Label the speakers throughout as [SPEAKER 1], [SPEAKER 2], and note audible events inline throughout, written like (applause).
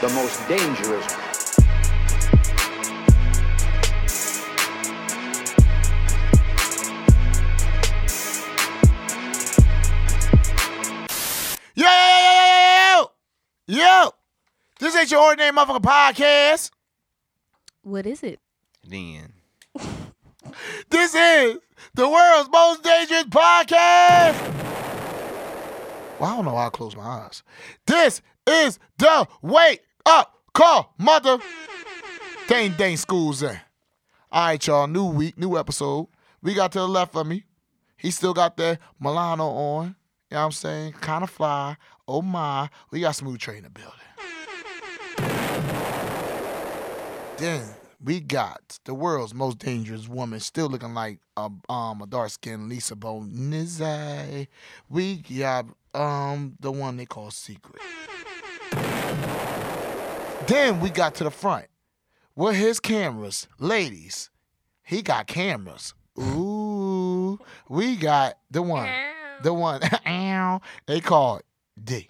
[SPEAKER 1] the most dangerous.
[SPEAKER 2] Yo, yo, yo, yo, yo, yo, yo. This ain't your ordinary motherfucker podcast.
[SPEAKER 3] What is it?
[SPEAKER 4] Then
[SPEAKER 2] (laughs) This is the world's most dangerous podcast. Well, I don't know why I closed my eyes. This is the wake up call, mother. Dang, dang, school's in. All right, y'all. New week, new episode. We got to the left of me. He still got that Milano on. You know what I'm saying? Kind of fly. Oh, my. We got Smooth Train in the building. Then we got the world's most dangerous woman, still looking like a um a dark skinned Lisa Bonizzi. We got um the one they call Secret. then we got to the front. With his cameras, ladies, he got cameras. Ooh, we got the one, the one. (laughs) ow, they call D.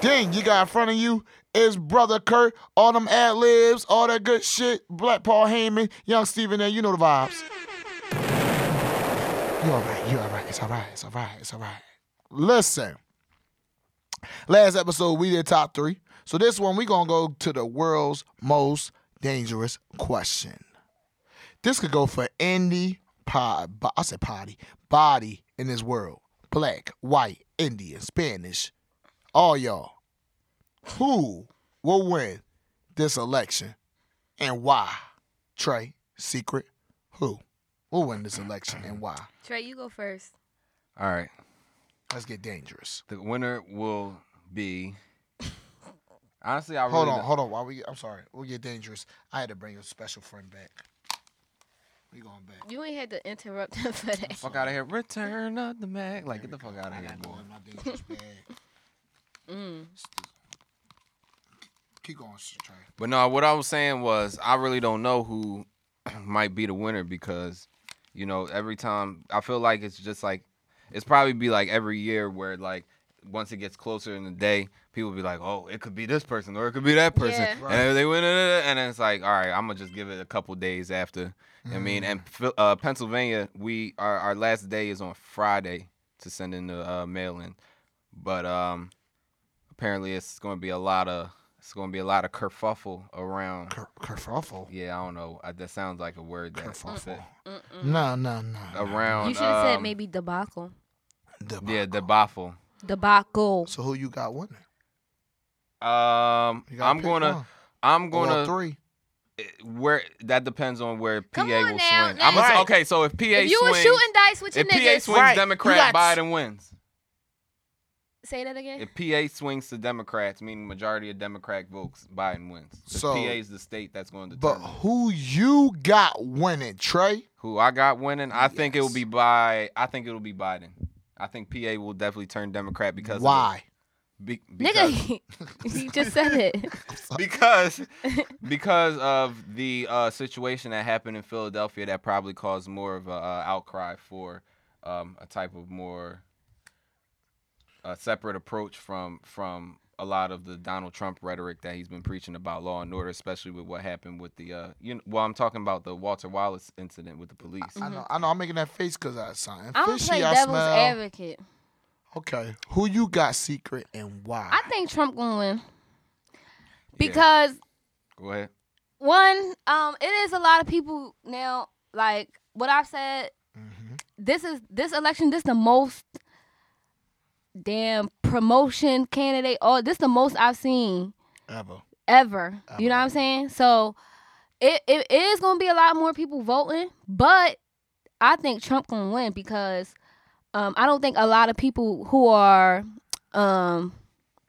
[SPEAKER 2] Then you got in front of you is Brother Kurt, all them ad libs, all that good shit. Black Paul Heyman, Young Steven, and you know the vibes. You all right, you all right, it's all right, it's all right, it's all right. Listen, last episode we did top three. So this one we gonna go to the world's most dangerous question. This could go for any pod, bo- I said potty, body in this world. Black, white, Indian, Spanish, all y'all, who will win this election and why? Trey, secret, who will win this election and why?
[SPEAKER 3] Trey, you go first.
[SPEAKER 4] all right.
[SPEAKER 2] Let's get dangerous.
[SPEAKER 4] The winner will be. Honestly, I really
[SPEAKER 2] Hold on,
[SPEAKER 4] don't-
[SPEAKER 2] hold on. While we, I'm sorry, we'll get dangerous. I had to bring a special friend back. We going back.
[SPEAKER 3] You ain't had to interrupt (laughs) him for that.
[SPEAKER 4] fuck out of here. Return of the Mac. Like get the fuck out of
[SPEAKER 2] I
[SPEAKER 4] here,
[SPEAKER 2] got
[SPEAKER 4] boy.
[SPEAKER 2] one in my dangerous bag.
[SPEAKER 3] Mm.
[SPEAKER 2] Keep going, Trey.
[SPEAKER 4] But no, what I was saying was I really don't know who (clears throat) might be the winner because, you know, every time I feel like it's just like it's probably be like every year where like once it gets closer in the day, people be like, Oh, it could be this person or it could be that person.
[SPEAKER 3] Yeah.
[SPEAKER 2] Right.
[SPEAKER 4] And they win it and then it's like, all right, I'm gonna just give it a couple days after. I mean,
[SPEAKER 2] Mm. Mm-hmm.
[SPEAKER 4] and Phil- uh, Pennsylvania, we our, our last day is on Friday to send in the uh, mail in, but um, apparently it's going to be a lot of it's going to be a lot of kerfuffle around.
[SPEAKER 2] Ker- kerfuffle.
[SPEAKER 4] Yeah, I don't know. I, that sounds like a word that
[SPEAKER 2] Kerfuffle.
[SPEAKER 3] Mm-mm.
[SPEAKER 2] No, no, no.
[SPEAKER 4] around.
[SPEAKER 3] You should have said
[SPEAKER 4] um,
[SPEAKER 3] maybe debacle.
[SPEAKER 2] Debacle.
[SPEAKER 4] Yeah, debacle.
[SPEAKER 3] Debacle.
[SPEAKER 2] So who you got winning?
[SPEAKER 4] Um,
[SPEAKER 2] You gotta
[SPEAKER 4] I'm
[SPEAKER 2] pick
[SPEAKER 4] gonna,
[SPEAKER 2] one.
[SPEAKER 4] I'm
[SPEAKER 2] Or
[SPEAKER 4] gonna
[SPEAKER 2] three.
[SPEAKER 4] where that depends on where PA
[SPEAKER 3] Come
[SPEAKER 4] will
[SPEAKER 3] on
[SPEAKER 4] swing.
[SPEAKER 3] now,
[SPEAKER 4] I'm gonna,
[SPEAKER 2] Right.
[SPEAKER 4] say- okay, so if PA
[SPEAKER 3] If you were
[SPEAKER 4] swings,
[SPEAKER 3] shooting dice with your
[SPEAKER 4] if PA
[SPEAKER 3] niggas,
[SPEAKER 4] swings
[SPEAKER 2] Right, you
[SPEAKER 4] Democrat,
[SPEAKER 2] got-
[SPEAKER 4] Biden wins.
[SPEAKER 3] say that again.
[SPEAKER 4] If PA swings to Democrats, meaning majority of Democrat votes, Biden wins.
[SPEAKER 2] So-
[SPEAKER 4] So PA is the state that's going to
[SPEAKER 2] But
[SPEAKER 4] determine
[SPEAKER 2] who you got winning, Trey?
[SPEAKER 4] who I got winning. I think it will
[SPEAKER 2] Yes.
[SPEAKER 4] be by. I think it will be Biden. I think PA will definitely turn Democrat because of
[SPEAKER 3] (laughs)
[SPEAKER 2] Why?
[SPEAKER 4] it. Be- because,
[SPEAKER 3] Nigga, you just
[SPEAKER 2] (laughs)
[SPEAKER 3] said it.
[SPEAKER 4] Uh, (laughs) because because of the uh, situation that happened in Philadelphia that probably caused more of a uh, outcry for um, a type of more uh, separate approach from from a lot of the Donald Trump rhetoric that he's been preaching about law and order, especially with what happened with the uh, you know, well, I'm talking about the Walter Wallace incident with the police.
[SPEAKER 2] I know. I know. I'm making that face because I something
[SPEAKER 3] I'm gonna
[SPEAKER 2] fishy.
[SPEAKER 3] play
[SPEAKER 2] I
[SPEAKER 3] devil's
[SPEAKER 2] smell.
[SPEAKER 3] advocate.
[SPEAKER 2] Okay. Who you got secret and why?
[SPEAKER 3] I think Trump gonna win
[SPEAKER 4] Yeah.
[SPEAKER 3] because
[SPEAKER 4] Go ahead.
[SPEAKER 3] one, um, it is a lot of people now. Like what I've said,
[SPEAKER 2] Mhm.
[SPEAKER 3] this is this election. This the most damn promotion candidate. Oh, this the most I've seen
[SPEAKER 2] Ever.
[SPEAKER 3] ever. You know what I'm
[SPEAKER 2] Ever.
[SPEAKER 3] saying? So it, it is gonna be a lot more people voting, but I think Trump gonna win because um, I don't think a lot of people who are um,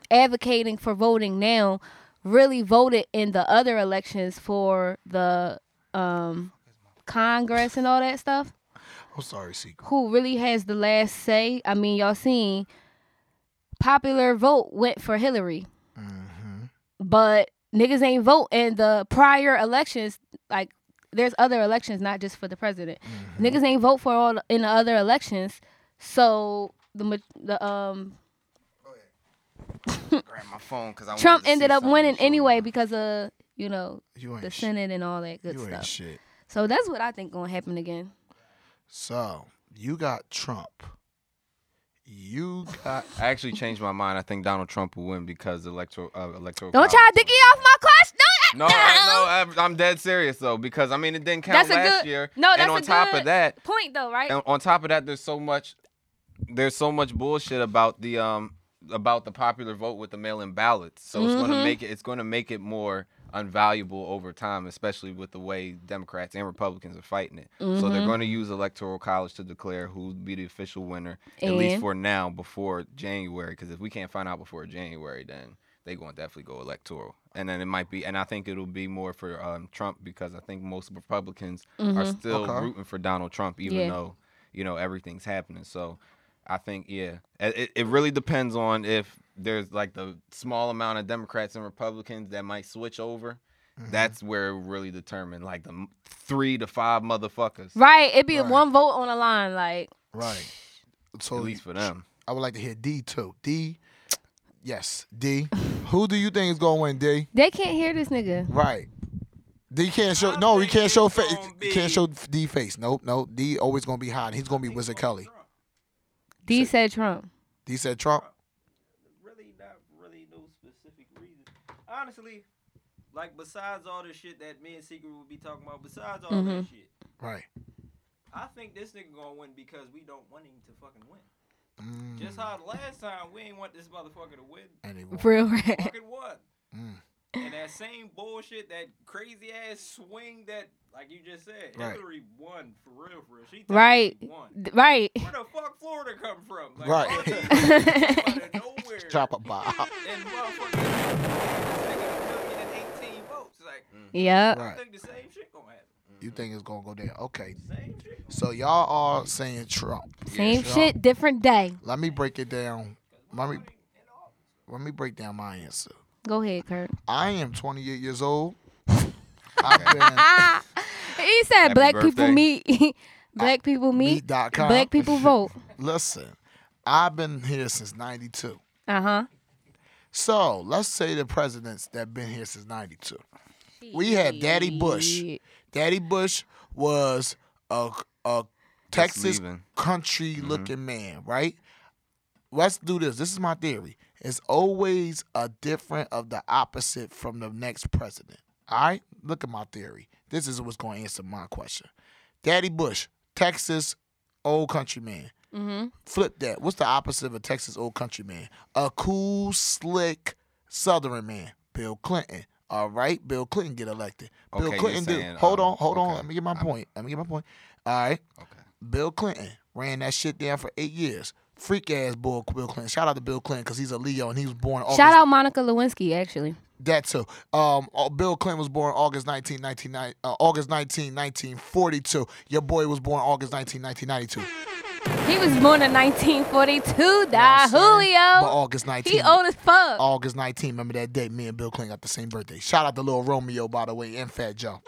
[SPEAKER 3] advocating for voting now really voted in the other elections for the um, Congress and all that stuff.
[SPEAKER 2] I'm sorry, secret.
[SPEAKER 3] Who really has the last say? I mean, y'all seen popular vote went for Hillary
[SPEAKER 2] Mm-hmm.
[SPEAKER 3] but niggas ain't vote in the prior elections like there's other elections not just for the president
[SPEAKER 4] Mm-hmm.
[SPEAKER 2] mm-hmm.
[SPEAKER 3] niggas ain't vote for all in the other elections so the ma- the um
[SPEAKER 4] grab my phone because I wanted
[SPEAKER 3] Trump
[SPEAKER 4] to see
[SPEAKER 3] ended up
[SPEAKER 4] something
[SPEAKER 3] winning
[SPEAKER 4] to show
[SPEAKER 3] anyway
[SPEAKER 4] you.
[SPEAKER 3] because of you know
[SPEAKER 2] You ain't
[SPEAKER 3] the
[SPEAKER 2] sh-
[SPEAKER 3] Senate and all that good
[SPEAKER 2] You ain't
[SPEAKER 3] stuff.
[SPEAKER 2] shit.
[SPEAKER 3] so that's what I think gonna happen again.
[SPEAKER 2] So you got Trump. You
[SPEAKER 4] (laughs)
[SPEAKER 2] got
[SPEAKER 4] I actually changed my mind. I think Donald Trump will win because electoral uh, electoral.
[SPEAKER 3] Don't
[SPEAKER 4] college.
[SPEAKER 3] try to dicky off my question.
[SPEAKER 4] No,
[SPEAKER 3] No.
[SPEAKER 4] I, no, I, I'm dead serious though because I mean it didn't count
[SPEAKER 3] That's a
[SPEAKER 4] last
[SPEAKER 3] good-
[SPEAKER 4] year.
[SPEAKER 3] no,
[SPEAKER 4] and
[SPEAKER 3] that's
[SPEAKER 4] on
[SPEAKER 3] a
[SPEAKER 4] top of
[SPEAKER 3] good-
[SPEAKER 4] that,
[SPEAKER 3] (laughs) Point though, right?
[SPEAKER 4] and on top of that, there's so much, there's so much bullshit about the um about the popular vote with the mail-in ballots. So it's going to
[SPEAKER 3] Mhm.
[SPEAKER 4] make it it's going to make it more unvaluable over time, especially with the way Democrats and Republicans are fighting it. So they're
[SPEAKER 3] Mhm.
[SPEAKER 4] going to use electoral college to declare who would be the official winner at least
[SPEAKER 3] And-
[SPEAKER 4] for now before January. Because if we can't find out before January, then they going to definitely go electoral. And then it might be, and I think it'll be more for um, Trump because I think most Republicans are
[SPEAKER 3] Mhm.
[SPEAKER 4] still
[SPEAKER 2] Okay.
[SPEAKER 4] rooting for Donald Trump, even
[SPEAKER 3] Yeah.
[SPEAKER 4] though you know everything's happening. So I think yeah, it, it- it really depends on if there's like the small amount of Democrats and Republicans that might switch over.
[SPEAKER 2] Mm-hmm.
[SPEAKER 4] That's where it really determine like the m- three to five motherfuckers.
[SPEAKER 3] Right? It'd be
[SPEAKER 2] Right.
[SPEAKER 3] one vote on the line, like
[SPEAKER 2] Mm, right. So
[SPEAKER 4] At least for them.
[SPEAKER 2] I would like to hear D too. D. Yes, D. Who do you think is gonna win, D?
[SPEAKER 3] they can't hear this nigga.
[SPEAKER 2] Right. D can't show. No, he can't show face. Can't show D face. Nope, nope. D always gonna be hiding. He's gonna be Wizard Kelly.
[SPEAKER 3] D said (laughs) Trump.
[SPEAKER 2] D said Trump.
[SPEAKER 1] really not really no specific reason. Honestly, like besides all the shit that me and Secret would be talking about, besides all that shit,
[SPEAKER 2] Right.
[SPEAKER 1] I think this nigga gonna win because we don't want him to fucking win.
[SPEAKER 2] Mm,
[SPEAKER 1] Just how the last time we ain't want this motherfucker to win,
[SPEAKER 2] anyway.
[SPEAKER 3] Real rap.
[SPEAKER 1] fucking won.
[SPEAKER 2] Mm.
[SPEAKER 1] And that same bullshit, that crazy ass swing that, like you just said,
[SPEAKER 2] Right.
[SPEAKER 1] Hillary won for real, for real. She
[SPEAKER 3] Right.
[SPEAKER 1] technically Won.
[SPEAKER 3] D- Right.
[SPEAKER 1] Where the fuck Florida come from? Like,
[SPEAKER 2] Right.
[SPEAKER 1] all these niggas out
[SPEAKER 2] (laughs)
[SPEAKER 1] of nowhere.
[SPEAKER 2] Drop a bomb.
[SPEAKER 1] and motherfucking they got a million and 18 votes. Like,
[SPEAKER 3] Yep.
[SPEAKER 1] I
[SPEAKER 2] Right.
[SPEAKER 1] think the same shit gonna happen.
[SPEAKER 2] You think it's gonna go down? Okay.
[SPEAKER 1] Same shit.
[SPEAKER 2] So y'all are saying Trump.
[SPEAKER 3] Same
[SPEAKER 2] Trump.
[SPEAKER 3] shit, different day.
[SPEAKER 2] Let me break it down. Let me
[SPEAKER 1] gonna happen in all-
[SPEAKER 2] let me break down my answer.
[SPEAKER 3] Go ahead, Kurt.
[SPEAKER 2] I am 28 years old. I've
[SPEAKER 3] (laughs)
[SPEAKER 2] been
[SPEAKER 3] Ah, he said
[SPEAKER 4] Happy
[SPEAKER 3] black people
[SPEAKER 4] birthday.
[SPEAKER 3] meet, (laughs) black people meet,
[SPEAKER 2] meet.com.
[SPEAKER 3] black (laughs) people vote.
[SPEAKER 2] Listen, I've been here since 92.
[SPEAKER 3] Uh huh.
[SPEAKER 2] So let's say the presidents that been here since '92. We had Daddy Bush.
[SPEAKER 3] Shit.
[SPEAKER 2] Daddy Bush was a a Texas
[SPEAKER 4] leaving.
[SPEAKER 2] country looking man, right? Let's do this. This is my theory. It's always a different of the opposite from the next president. All right, look at my theory. This is what's going to answer my question. Daddy Bush, Texas old country man.
[SPEAKER 3] Mhm.
[SPEAKER 2] Flip that. What's the opposite of a Texas old country man? A cool, slick Southern man. Bill Clinton. All right, Bill Clinton get elected. Bill
[SPEAKER 4] Okay, you're
[SPEAKER 2] Clinton
[SPEAKER 4] saying,
[SPEAKER 2] did. Hold
[SPEAKER 4] um,
[SPEAKER 2] on, hold on.
[SPEAKER 4] okay.
[SPEAKER 2] Let me get my
[SPEAKER 4] I'm-
[SPEAKER 2] point. Let me get my point. All right,
[SPEAKER 4] Okay.
[SPEAKER 2] Bill Clinton ran that shit down for eight years. Freak ass bull, Bill Clinton. Shout out to Bill Clinton because he's a Leo and he was born. August,
[SPEAKER 3] Shout out Monica Lewinsky, actually.
[SPEAKER 2] that too. Um, oh, Bill Clinton was born August 19, 19 uh, August 19, 1942. Your boy was born August 19, 1992.
[SPEAKER 3] He was born in 1942, da
[SPEAKER 2] You know what I'm saying? But
[SPEAKER 3] Julio.
[SPEAKER 2] August 19.
[SPEAKER 3] He old as fuck.
[SPEAKER 2] August 19. Remember that date? Me and Bill Clinton got the same birthday. Shout out to Lil Romeo, by the way, and Fat Joe.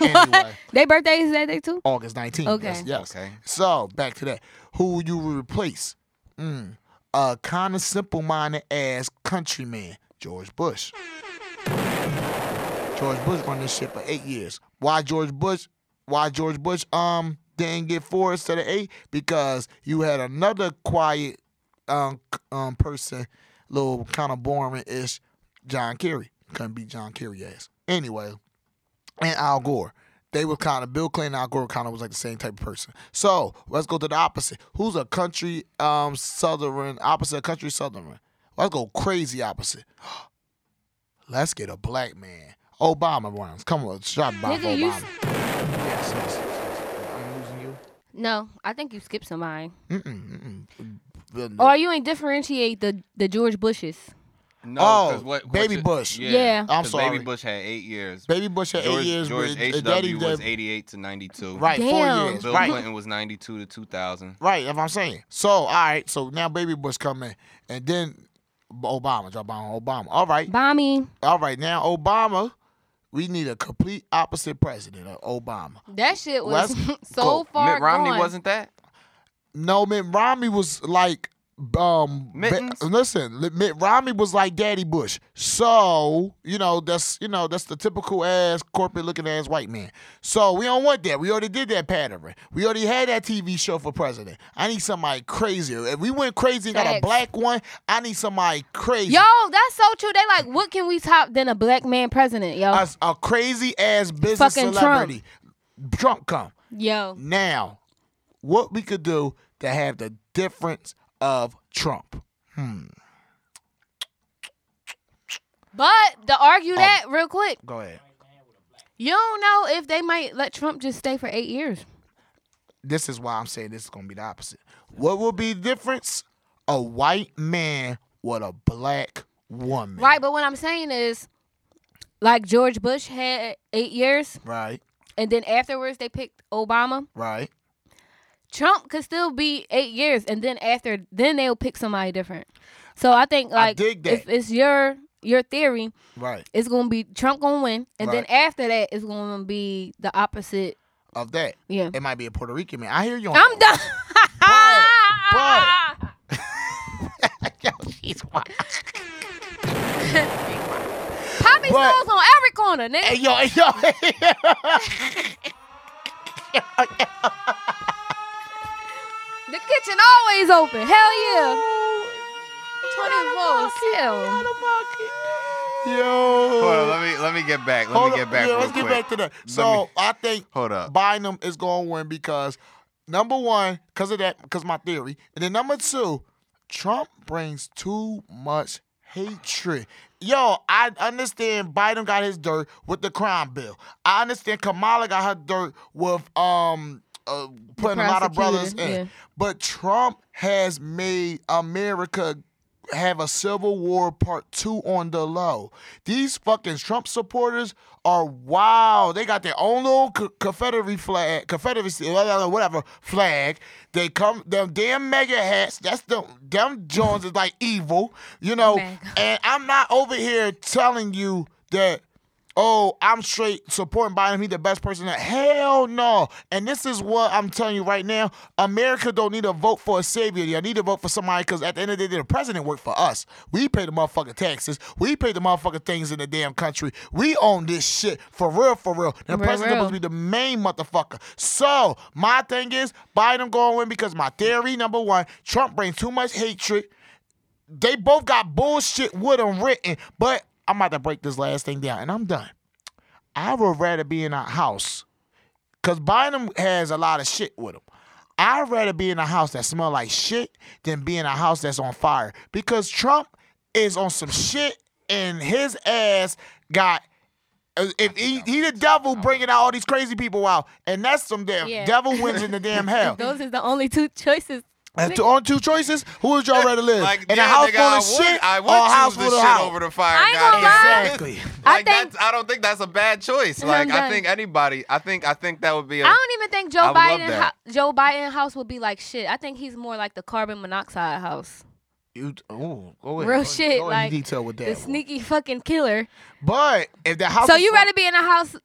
[SPEAKER 2] anyway,
[SPEAKER 3] They birthday is that day too?
[SPEAKER 2] August 19.
[SPEAKER 3] Okay.
[SPEAKER 2] Yes, yes.
[SPEAKER 4] Okay.
[SPEAKER 2] So back to that. Who you would replace? Mm, a kind of simple-minded ass countryman, George Bush. George Bush run this shit for eight years. Why George Bush? Why George Bush? Um, didn't get four instead of eight because you had another quiet, um, c- um person, little kind of boring-ish, John Kerry. Couldn't be John Kerry ass. Anyway, and Al Gore. They were kind of Bill Clinton, and Al Gore kind of was like the same type of person. So let's go to the opposite. Who's a country um southern opposite of country southern? Let's go crazy opposite. (gasps) Let's get a black man. Obama rounds. Come on, shot by Obama.
[SPEAKER 3] Nigga, you
[SPEAKER 2] Yes, yes, yes, yes. I'm losing you.
[SPEAKER 3] No, I think you skipped somebody.
[SPEAKER 2] Mm-mm, mm-mm. The- the-
[SPEAKER 3] Or Oh, you ain't differentiate the the George Bushes.
[SPEAKER 4] No,
[SPEAKER 2] Oh,
[SPEAKER 4] 'cause what, what
[SPEAKER 2] Baby
[SPEAKER 4] you-
[SPEAKER 2] Bush.
[SPEAKER 3] Yeah.
[SPEAKER 2] I'm
[SPEAKER 4] 'cause
[SPEAKER 2] sorry.
[SPEAKER 4] Baby Bush had eight years.
[SPEAKER 2] Baby Bush had
[SPEAKER 4] George,
[SPEAKER 2] eight years.
[SPEAKER 4] George
[SPEAKER 2] but, uh,
[SPEAKER 4] H.
[SPEAKER 2] Daddy
[SPEAKER 4] W. was
[SPEAKER 2] Dad-
[SPEAKER 4] 88 to 92.
[SPEAKER 2] Right,
[SPEAKER 3] Damn.
[SPEAKER 2] four years.
[SPEAKER 4] Bill
[SPEAKER 2] right.
[SPEAKER 4] Clinton was 92 to 2000.
[SPEAKER 2] Right, that's what I'm saying. So, all right, so now Baby Bush come in, and then Obama, drop on Obama. All right,
[SPEAKER 3] Bombing.
[SPEAKER 2] all right, now Obama, we need a complete opposite president of Obama.
[SPEAKER 3] That shit was
[SPEAKER 2] Let's
[SPEAKER 3] (laughs) so
[SPEAKER 2] go.
[SPEAKER 3] far
[SPEAKER 4] Mitt Romney
[SPEAKER 3] gone.
[SPEAKER 4] wasn't that?
[SPEAKER 2] No, Mitt Romney was like um Ba-
[SPEAKER 4] Mittens?
[SPEAKER 2] listen, li- Mitt Romney was like Daddy Bush. So, you know, that's you know, that's the typical ass corporate looking ass white man. So we don't want that. We already did that pattern. We already had that TV show for president. I need somebody crazier. If we went crazy and got a
[SPEAKER 3] Facts.
[SPEAKER 2] black one, I need somebody crazy.
[SPEAKER 3] Yo, that's so true. They like, what can we top than a black man president, yo?
[SPEAKER 2] A, a crazy ass business
[SPEAKER 3] Fucking Trump.
[SPEAKER 2] celebrity. Trump come.
[SPEAKER 3] yo.
[SPEAKER 2] Now, what we could do to have the difference of Trump.
[SPEAKER 3] But to argue that real quick,
[SPEAKER 2] Go ahead.
[SPEAKER 3] you don't know if they might let Trump just stay for eight years.
[SPEAKER 2] this is why I'm saying this is gonna be the opposite. What will be the difference? A white man with a black woman.
[SPEAKER 3] Right, but what I'm saying is, like George Bush had eight years,
[SPEAKER 2] Right.
[SPEAKER 3] and then afterwards they picked Obama.
[SPEAKER 2] Right.
[SPEAKER 3] Trump could still be eight years, and then after, then they'll pick somebody different. So I think like
[SPEAKER 2] dig that.
[SPEAKER 3] if it's your your theory,
[SPEAKER 2] Right.
[SPEAKER 3] it's gonna be Trump gonna win, and then
[SPEAKER 2] Right.
[SPEAKER 3] after that, it's gonna be the opposite.
[SPEAKER 2] Of that.
[SPEAKER 3] Yeah,
[SPEAKER 2] It might be a Puerto Rican man. I hear you on
[SPEAKER 3] (laughs) I'm done.
[SPEAKER 2] But- that. (laughs) Yo, she's wild.
[SPEAKER 3] Poppy
[SPEAKER 2] but-
[SPEAKER 3] stalls on every corner, nigga.
[SPEAKER 2] Hey yo, hey yo.
[SPEAKER 3] The kitchen always open. Hell yeah. 24 7.
[SPEAKER 2] yo.
[SPEAKER 4] Hold on, let me let me get back. Let
[SPEAKER 2] Uh, Hold
[SPEAKER 4] me
[SPEAKER 2] up.
[SPEAKER 4] get back
[SPEAKER 2] Yeah,
[SPEAKER 4] real
[SPEAKER 2] let's
[SPEAKER 4] quick.
[SPEAKER 2] get back to that. So
[SPEAKER 4] me-
[SPEAKER 2] I think
[SPEAKER 4] Hold up.
[SPEAKER 2] Bynum is going to win because number one, because of that, because my theory, and then number two, Trump brings too much hatred. Yo, I understand Biden got his dirt with the crime bill. I understand Kamala got her dirt with um uh, putting a lot of brothers in.
[SPEAKER 3] prosecutor, yeah.
[SPEAKER 2] But Trump has made America have a civil war part two on the low. These fucking Trump supporters are wild. They got their own little co- Confederacy flag, Confederacy, whatever, whatever flag. They come, them damn mega hats. That's the them Jones is like evil, you know.
[SPEAKER 3] Mega.
[SPEAKER 2] And I'm not over here telling you that oh, I'm straight supporting Biden. He the best person. Hell no. And this is what I'm telling you right now. America don't need to vote for a savior. They need to vote for somebody because at the end of the day, the president worked for us. We pay the motherfucking taxes. We pay the motherfucking things in the damn country. We own this shit for real, for real. The
[SPEAKER 3] Real,
[SPEAKER 2] president
[SPEAKER 3] real.
[SPEAKER 2] supposed to be the main motherfucker. So my thing is Biden going win because my theory number one, Trump brings too much hatred they both got bullshit with them written. But I'm about to break this last thing down, and I'm done. I would rather be in a house, cause Bynum has a lot of shit with him. I'd rather be in a house that smell like shit than be in a house that's on fire, because Trump is on some shit, and his ass got. uh, If he, he the devil bringing out all these crazy people out, and that's some damn
[SPEAKER 3] Yeah.
[SPEAKER 2] devil wins in the
[SPEAKER 3] (laughs)
[SPEAKER 2] damn hell.
[SPEAKER 3] Those is the only two choices.
[SPEAKER 2] And two, on two choices, who would y'all rather live?
[SPEAKER 4] Like,
[SPEAKER 2] in a
[SPEAKER 4] yeah,
[SPEAKER 2] house
[SPEAKER 4] nigga,
[SPEAKER 2] full
[SPEAKER 4] I
[SPEAKER 2] of
[SPEAKER 4] would,
[SPEAKER 2] shit
[SPEAKER 4] I
[SPEAKER 2] or a
[SPEAKER 4] would
[SPEAKER 2] house
[SPEAKER 4] choose the
[SPEAKER 2] full of
[SPEAKER 4] shit
[SPEAKER 2] house?
[SPEAKER 4] over the fire.
[SPEAKER 3] I ain't gonna
[SPEAKER 4] goddamn.
[SPEAKER 3] lie.
[SPEAKER 2] Exactly.
[SPEAKER 3] I
[SPEAKER 4] Like,
[SPEAKER 3] think-
[SPEAKER 4] that's, I don't think that's a bad choice.
[SPEAKER 3] I'm
[SPEAKER 4] Like I
[SPEAKER 3] done.
[SPEAKER 4] think anybody. I think I think that would be a.
[SPEAKER 3] I don't even think
[SPEAKER 4] I
[SPEAKER 3] Joe
[SPEAKER 4] would love
[SPEAKER 3] Biden
[SPEAKER 4] that.
[SPEAKER 3] ho- Joe Biden house would be like shit. I think he's more like the carbon monoxide house.
[SPEAKER 2] You, ooh, go ahead.
[SPEAKER 3] Real
[SPEAKER 2] Go-
[SPEAKER 3] shit,
[SPEAKER 2] go in
[SPEAKER 3] like,
[SPEAKER 2] detail with that.
[SPEAKER 3] The
[SPEAKER 2] one.
[SPEAKER 3] sneaky fucking killer.
[SPEAKER 2] But if the house,
[SPEAKER 3] So
[SPEAKER 2] is
[SPEAKER 3] you
[SPEAKER 2] full-
[SPEAKER 3] rather be in a house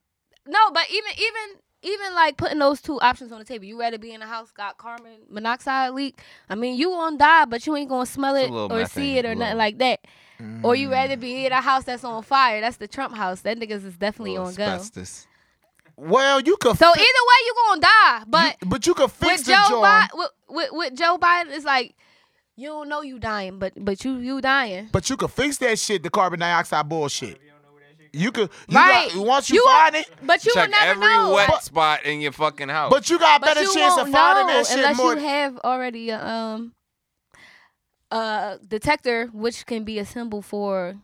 [SPEAKER 3] No, but even even even like putting those two options on the table, you rather be in a house got carbon monoxide leak. I mean, you won't die, but you ain't gonna smell
[SPEAKER 4] It's
[SPEAKER 3] it
[SPEAKER 4] a little
[SPEAKER 3] or
[SPEAKER 4] methane,
[SPEAKER 3] see it or
[SPEAKER 4] a
[SPEAKER 3] nothing
[SPEAKER 4] little.
[SPEAKER 3] like that. Or
[SPEAKER 2] Mm.
[SPEAKER 3] you rather be in a house that's on fire. That's the Trump house. That niggas is definitely on go.
[SPEAKER 4] asbestos.
[SPEAKER 2] Well, you could.
[SPEAKER 3] So either
[SPEAKER 2] fi-
[SPEAKER 3] way, you gonna die. But
[SPEAKER 2] you, but you could fix
[SPEAKER 3] with
[SPEAKER 2] the
[SPEAKER 3] Joe
[SPEAKER 2] joint.
[SPEAKER 3] Biden, with, with, with Joe Biden, it's like you don't know you dying, but but you you dying.
[SPEAKER 2] But you could fix that shit. The carbon dioxide bullshit. You could. You
[SPEAKER 3] Right.
[SPEAKER 2] Got, once you,
[SPEAKER 3] You are-
[SPEAKER 2] find it.
[SPEAKER 3] But you
[SPEAKER 4] Check
[SPEAKER 3] will never
[SPEAKER 4] every
[SPEAKER 3] know.
[SPEAKER 4] wet
[SPEAKER 2] But-
[SPEAKER 4] spot in your fucking house.
[SPEAKER 2] But you got a
[SPEAKER 3] but
[SPEAKER 2] better
[SPEAKER 3] you
[SPEAKER 2] chance of
[SPEAKER 3] won't
[SPEAKER 2] finding
[SPEAKER 3] know
[SPEAKER 2] that shit
[SPEAKER 3] unless
[SPEAKER 2] more.
[SPEAKER 3] you have already a, um a detector, which can be a symbol for.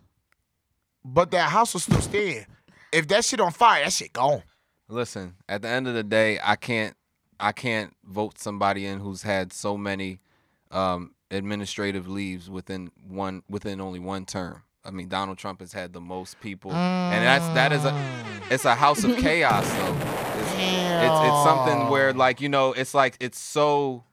[SPEAKER 2] but that house was still standing. If that shit on fire, that shit gone.
[SPEAKER 4] Listen, at the end of the day, I can't I can't vote somebody in who's had so many um, administrative leaves within one within only one term. I mean, Donald Trump has had the most people, and that's that is a it's a house of chaos though. It's, it's it's something where like you know it's like it's so.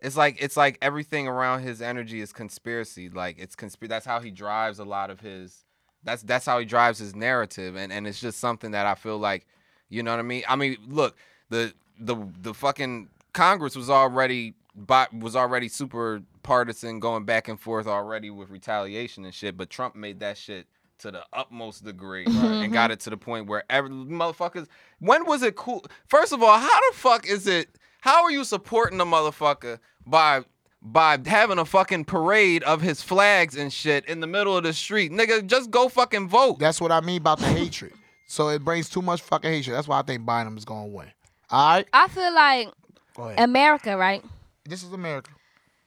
[SPEAKER 4] It's like it's like everything around his energy is conspiracy. Like it's conspiracy. That's how he drives a lot of his. That's that's how he drives his narrative, and and it's just something that I feel like you know what I mean? I mean, look, the the the fucking Congress was already bi- was already super partisan, going back and forth already with retaliation and shit. But Trump made that shit to the utmost (laughs) degree and got it to the point where every motherfuckers. When was it cool? First of all, how the fuck is it? How are you supporting the motherfucker by by having a fucking parade of his flags and shit in the middle of the street, nigga? Just go fucking vote.
[SPEAKER 2] That's what I mean about the hatred. So it brings too much fucking hatred. That's why I think Biden is gonna win. All right,
[SPEAKER 3] I feel like
[SPEAKER 2] go ahead.
[SPEAKER 3] America, right?
[SPEAKER 2] this is America.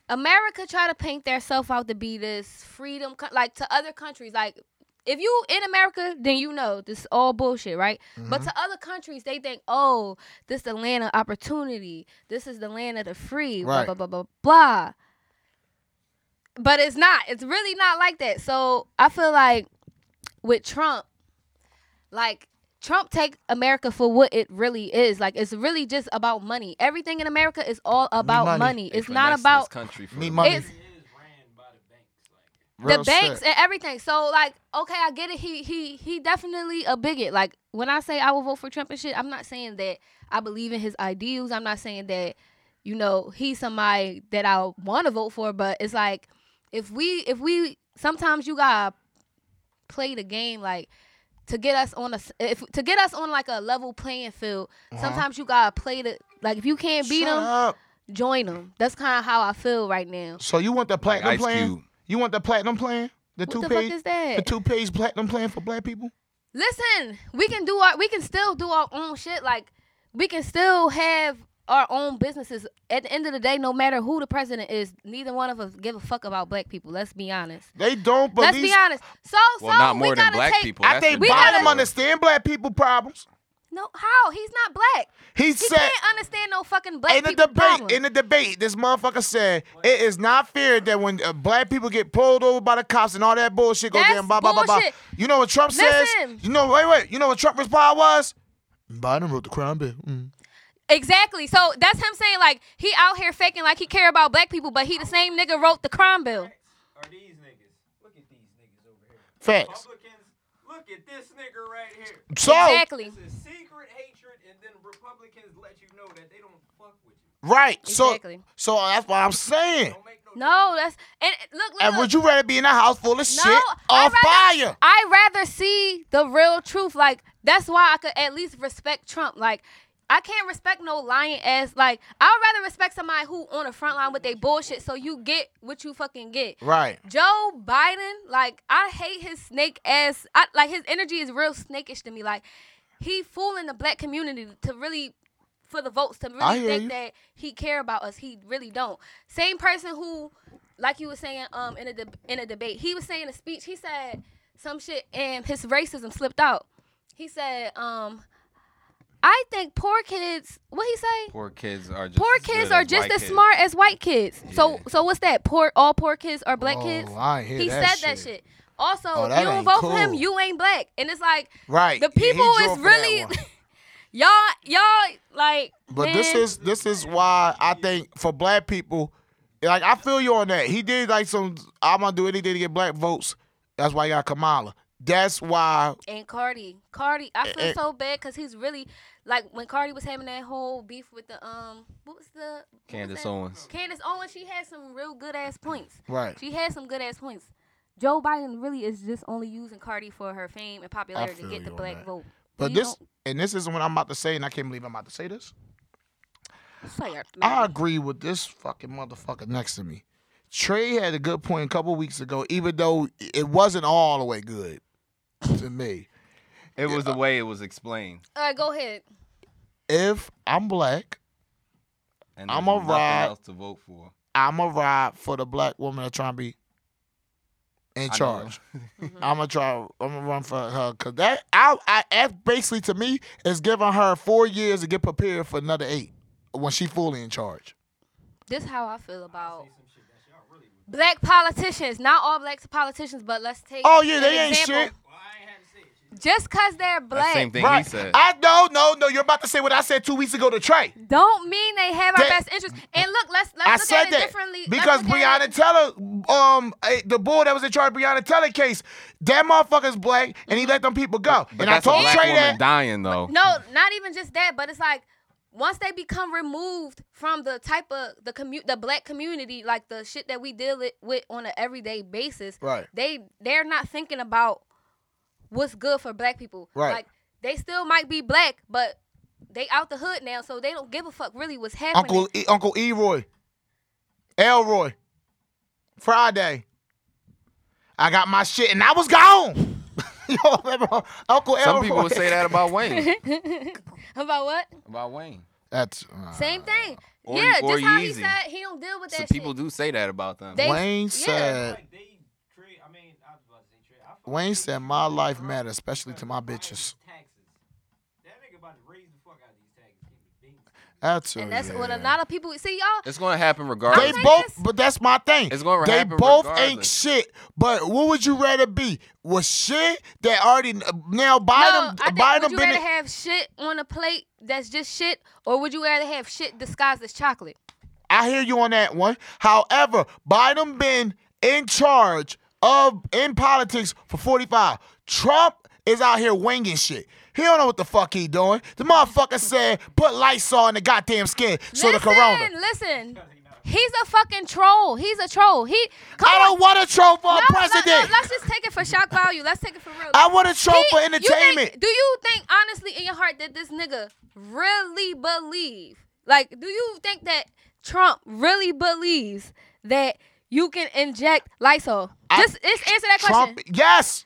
[SPEAKER 3] America try to paint theirself out to be this freedom, co- like to other countries. Like, if you in America, then you know this is all bullshit, right? But
[SPEAKER 2] Mm-hmm.
[SPEAKER 3] to other countries, they think, oh, this the land of opportunity. This is the land of the free.
[SPEAKER 2] Right.
[SPEAKER 3] Blah blah blah blah blah. But it's not. It's really not like that. So I feel like with Trump, like Trump take America for what it really is. Like it's really just about money. Everything in America is all about
[SPEAKER 2] money.
[SPEAKER 3] money.
[SPEAKER 4] They
[SPEAKER 3] It's not
[SPEAKER 4] finesse this
[SPEAKER 3] about
[SPEAKER 4] country for
[SPEAKER 2] Need
[SPEAKER 4] the
[SPEAKER 2] money.
[SPEAKER 3] It's-
[SPEAKER 2] Real
[SPEAKER 3] the banks
[SPEAKER 2] shit.
[SPEAKER 3] and everything. So like, okay, I get it. He he he definitely a bigot. Like when I say I will vote for Trump and shit, I'm not saying that I believe in his ideals. I'm not saying that you know he's somebody that I want to vote for. But it's like if we if we sometimes you gotta play the game like to get us on a s- if to get us on like a level playing field. Sometimes you gotta play the like if you can't beat
[SPEAKER 2] Uh-huh. Shut
[SPEAKER 3] them,
[SPEAKER 2] up.
[SPEAKER 3] join them. That's kind of how I feel right now.
[SPEAKER 2] So you want the platinum
[SPEAKER 4] Ice
[SPEAKER 2] plan?
[SPEAKER 4] Cube.
[SPEAKER 2] You want the platinum plan? The two
[SPEAKER 3] What the fuck
[SPEAKER 2] page,
[SPEAKER 3] is that?
[SPEAKER 2] the two page platinum plan for black people?
[SPEAKER 3] listen, we can do our we can still do our own shit. Like we can still have our own businesses. At the end of the day, no matter who the president is, neither one of us give a fuck about black people. Let's be honest.
[SPEAKER 2] They don't believe.
[SPEAKER 3] Let's be honest. So
[SPEAKER 4] Well,
[SPEAKER 3] so
[SPEAKER 4] not
[SPEAKER 3] we
[SPEAKER 4] more than
[SPEAKER 3] gotta
[SPEAKER 4] black
[SPEAKER 3] take,
[SPEAKER 4] people.
[SPEAKER 2] I
[SPEAKER 4] That's
[SPEAKER 2] think
[SPEAKER 4] the
[SPEAKER 3] We
[SPEAKER 2] Biden
[SPEAKER 3] gotta-
[SPEAKER 2] understand black people problems.
[SPEAKER 3] No, how? He's not black.
[SPEAKER 2] He,
[SPEAKER 3] He
[SPEAKER 2] said
[SPEAKER 3] can't understand no fucking black
[SPEAKER 2] in the
[SPEAKER 3] people
[SPEAKER 2] debate,
[SPEAKER 3] problem.
[SPEAKER 2] in the debate, this motherfucker said it is not fair that when uh, black people get pulled over by the cops and all that bullshit go
[SPEAKER 3] That's
[SPEAKER 2] down, blah blah blah blah.
[SPEAKER 3] bullshit.
[SPEAKER 2] You know what Trump
[SPEAKER 3] Listen.
[SPEAKER 2] says? You know, wait, wait. You know what Trump's reply was? Biden wrote the crime bill. Mm.
[SPEAKER 3] exactly. So that's him saying like he out here faking like he care about black people, but he the same nigga wrote the crime bill.
[SPEAKER 1] Are these niggas? Look at these niggas over here.
[SPEAKER 2] Facts.
[SPEAKER 1] Republicans, look at this nigga right here.
[SPEAKER 2] So
[SPEAKER 3] Exactly.
[SPEAKER 1] This is secret hatred, and then Republicans let you know that they don't fuck with you.
[SPEAKER 2] right. So
[SPEAKER 3] Exactly.
[SPEAKER 2] so that's what I'm saying.
[SPEAKER 1] Don't make no.
[SPEAKER 3] No, that's and look. look
[SPEAKER 2] And
[SPEAKER 3] look.
[SPEAKER 2] would you rather be in a house full of shit
[SPEAKER 3] I'd
[SPEAKER 2] or
[SPEAKER 3] rather-
[SPEAKER 2] fire?
[SPEAKER 3] I'd rather see the real truth. Like that's why I could at least respect Trump. Like I can't respect no lying ass. Like I'd rather respect somebody who on the front line with their bullshit, so you get what you fucking get.
[SPEAKER 2] Right.
[SPEAKER 3] Joe Biden, like I hate his snake ass. I, like his energy is real snakish to me. Like he fooling the black community to really for the votes to
[SPEAKER 2] I
[SPEAKER 3] really
[SPEAKER 2] hear
[SPEAKER 3] think
[SPEAKER 2] you.
[SPEAKER 3] that he care about us. He really don't. Same person who, like you were saying, um, in a deb in a debate, he was saying a speech. He said some shit, and his racism slipped out. He said, um, I think poor kids. What he say?
[SPEAKER 4] Poor kids are just
[SPEAKER 3] Poor
[SPEAKER 4] as good
[SPEAKER 3] kids are
[SPEAKER 4] as
[SPEAKER 3] just
[SPEAKER 4] white
[SPEAKER 3] as
[SPEAKER 4] kids.
[SPEAKER 3] smart as white kids. So
[SPEAKER 4] Yeah.
[SPEAKER 3] so what's that? Poor all poor kids are black
[SPEAKER 2] Oh,
[SPEAKER 3] kids.
[SPEAKER 2] I hear
[SPEAKER 3] he
[SPEAKER 2] that
[SPEAKER 3] said that
[SPEAKER 2] shit.
[SPEAKER 3] shit. Also,
[SPEAKER 2] Oh,
[SPEAKER 3] if
[SPEAKER 2] that
[SPEAKER 3] you
[SPEAKER 2] ain't
[SPEAKER 3] don't vote for him,
[SPEAKER 2] cool.
[SPEAKER 3] you ain't black. And it's like
[SPEAKER 2] Right.
[SPEAKER 3] the
[SPEAKER 2] Yeah, he
[SPEAKER 3] people
[SPEAKER 2] drew
[SPEAKER 3] is
[SPEAKER 2] for that
[SPEAKER 3] really
[SPEAKER 2] one.
[SPEAKER 3] (laughs) y'all y'all like
[SPEAKER 2] But this
[SPEAKER 3] man,
[SPEAKER 2] is this is why I think for black people, like I feel you on that. He did like some. I'm gonna do anything to get black votes. That's why he got Kamala. That's why.
[SPEAKER 3] and Cardi. Cardi, I feel
[SPEAKER 2] Eh, eh.
[SPEAKER 3] so bad because he's really like when Cardi was having that whole beef with the um what was the what was
[SPEAKER 4] Candace
[SPEAKER 3] that?
[SPEAKER 4] Owens.
[SPEAKER 3] Candace Owens, she had some real good ass points.
[SPEAKER 2] Right.
[SPEAKER 3] She had some good ass points. Joe Biden really is just only using Cardi for her fame and popularity to
[SPEAKER 2] feel
[SPEAKER 3] get
[SPEAKER 2] you
[SPEAKER 3] the
[SPEAKER 2] on
[SPEAKER 3] black
[SPEAKER 2] that.
[SPEAKER 3] vote.
[SPEAKER 2] But
[SPEAKER 3] You
[SPEAKER 2] this and this is what I'm about to say, and I can't believe I'm about to say this.
[SPEAKER 3] don't say it,
[SPEAKER 2] I
[SPEAKER 3] man.
[SPEAKER 2] agree with this fucking motherfucker next to me. Trey had a good point a couple weeks ago, even though it wasn't all the way good to me.
[SPEAKER 4] It was the way it was explained.
[SPEAKER 3] All right, go ahead.
[SPEAKER 2] If I'm black,
[SPEAKER 4] And
[SPEAKER 2] I'm
[SPEAKER 4] there's
[SPEAKER 2] a
[SPEAKER 4] nothing
[SPEAKER 2] ride.
[SPEAKER 4] else to vote for.
[SPEAKER 2] I'ma ride for the black woman that's trying to be in
[SPEAKER 4] know. (laughs)
[SPEAKER 2] charge. I'ma try. I'ma run for her because that I, I that basically to me is giving her four years to get prepared for another eight when she fully in charge.
[SPEAKER 3] This is how I feel about black politicians. Not all black politicians, but let's take
[SPEAKER 2] Oh yeah, they
[SPEAKER 3] an
[SPEAKER 2] ain't
[SPEAKER 3] example.
[SPEAKER 2] shit.
[SPEAKER 3] Just cause they're
[SPEAKER 4] That
[SPEAKER 3] black
[SPEAKER 4] same thing
[SPEAKER 2] Right.
[SPEAKER 4] he said.
[SPEAKER 2] I no no no. You're about to say what I said two weeks ago to Trey.
[SPEAKER 3] don't mean they have our
[SPEAKER 2] That-
[SPEAKER 3] best interest. And look, let's let's
[SPEAKER 2] I
[SPEAKER 3] look
[SPEAKER 2] said
[SPEAKER 3] at it
[SPEAKER 2] that
[SPEAKER 3] differently. Let's
[SPEAKER 2] because
[SPEAKER 3] look at
[SPEAKER 2] Breonna
[SPEAKER 3] it-
[SPEAKER 2] Teller, um, eh, the bull that was in charge of Breonna Teller case, that motherfucker's black and he let them people go.
[SPEAKER 4] but
[SPEAKER 2] and I
[SPEAKER 4] that's
[SPEAKER 2] told
[SPEAKER 4] a black
[SPEAKER 2] Trey
[SPEAKER 4] woman
[SPEAKER 2] that.
[SPEAKER 4] dying though.
[SPEAKER 3] No, not even just that, but it's like once they become removed from the type of the commu- the black community, like the shit that we deal it with on an everyday basis,
[SPEAKER 2] Right.
[SPEAKER 3] they they're not thinking about what's good for black people.
[SPEAKER 2] Right.
[SPEAKER 3] Like they still might be black, but they out the hood now, so they don't give a fuck really what's happening.
[SPEAKER 2] Uncle e- Uncle Eroy, Elroy, Friday. I got my shit and I was gone. (laughs) Yo, remember Uncle Elroy?
[SPEAKER 4] Some people would say that about Wayne.
[SPEAKER 3] (laughs) about what?
[SPEAKER 4] about Wayne.
[SPEAKER 2] That's uh,
[SPEAKER 3] Same thing.
[SPEAKER 4] or-
[SPEAKER 3] yeah,
[SPEAKER 4] or
[SPEAKER 3] just how he
[SPEAKER 4] Yeezy.
[SPEAKER 3] said he don't deal with that
[SPEAKER 4] So
[SPEAKER 3] shit.
[SPEAKER 4] people do say that about them.
[SPEAKER 3] They-
[SPEAKER 2] Wayne
[SPEAKER 3] yeah.
[SPEAKER 2] said.
[SPEAKER 1] Like they trade. I mean, I was about to say trade. I fuck
[SPEAKER 2] Uh, Wayne
[SPEAKER 1] with
[SPEAKER 2] said
[SPEAKER 1] niggas
[SPEAKER 2] my
[SPEAKER 1] that
[SPEAKER 2] life
[SPEAKER 1] run
[SPEAKER 2] matters, especially
[SPEAKER 1] because
[SPEAKER 2] to my
[SPEAKER 1] of Biden's
[SPEAKER 2] bitches.
[SPEAKER 1] Taxes. That nigga about to raise the fuck out of these taxes. Give me beans.
[SPEAKER 2] That's
[SPEAKER 3] and that's
[SPEAKER 2] yeah.
[SPEAKER 3] what a lot of people see y'all.
[SPEAKER 4] It's gonna happen
[SPEAKER 2] They
[SPEAKER 4] regardless.
[SPEAKER 3] I'll take
[SPEAKER 2] both,
[SPEAKER 3] this.
[SPEAKER 2] but that's my thing.
[SPEAKER 4] It's gonna
[SPEAKER 2] they
[SPEAKER 4] happen
[SPEAKER 2] both ain't
[SPEAKER 4] regardless.
[SPEAKER 2] shit. But what would you rather be? Was shit that already uh, now Biden?
[SPEAKER 3] no, I think,
[SPEAKER 2] Biden
[SPEAKER 3] would you
[SPEAKER 2] been
[SPEAKER 3] rather
[SPEAKER 2] in-
[SPEAKER 3] have shit on a plate that's just shit, or would you rather have shit disguised as chocolate?
[SPEAKER 2] I hear you on that one. However, Biden been in charge of in politics for 45. Trump is out here winging shit. He don't know what the fuck he doing. The motherfucker said put Lysol in the goddamn skin so the
[SPEAKER 3] listen,
[SPEAKER 2] corona.
[SPEAKER 3] Listen, he's a fucking troll. He's a troll. He come
[SPEAKER 2] I
[SPEAKER 3] on.
[SPEAKER 2] don't want a troll for
[SPEAKER 3] No,
[SPEAKER 2] a
[SPEAKER 3] no, no,
[SPEAKER 2] president.
[SPEAKER 3] let's just take it for shock value. Let's take it for real.
[SPEAKER 2] I want a troll
[SPEAKER 3] He-
[SPEAKER 2] for
[SPEAKER 3] you think-
[SPEAKER 2] entertainment.
[SPEAKER 3] do you think honestly in your heart that this nigga really believe? Like, do you think that Trump really believes that you can inject Lysol?
[SPEAKER 2] I-
[SPEAKER 3] just, just answer that question.
[SPEAKER 2] Trump, yes,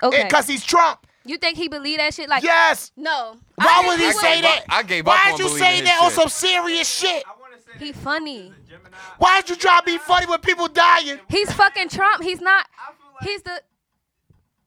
[SPEAKER 3] okay.
[SPEAKER 2] because he's Trump.
[SPEAKER 3] you think he believe that shit? Like,
[SPEAKER 2] Yes.
[SPEAKER 3] no. I
[SPEAKER 2] Why
[SPEAKER 3] think
[SPEAKER 2] would he say
[SPEAKER 3] would.
[SPEAKER 2] that?
[SPEAKER 4] I gave up
[SPEAKER 2] Why'd
[SPEAKER 4] on
[SPEAKER 2] you
[SPEAKER 4] believing
[SPEAKER 2] say
[SPEAKER 4] his
[SPEAKER 2] that on
[SPEAKER 4] shit.
[SPEAKER 2] some serious shit?
[SPEAKER 1] I want to say
[SPEAKER 3] He
[SPEAKER 1] that
[SPEAKER 3] funny.
[SPEAKER 1] Trump is a Gemini.
[SPEAKER 2] Why'd you try to be funny with people dying?
[SPEAKER 3] He's fucking Trump. He's not.
[SPEAKER 1] I feel like
[SPEAKER 3] He's the.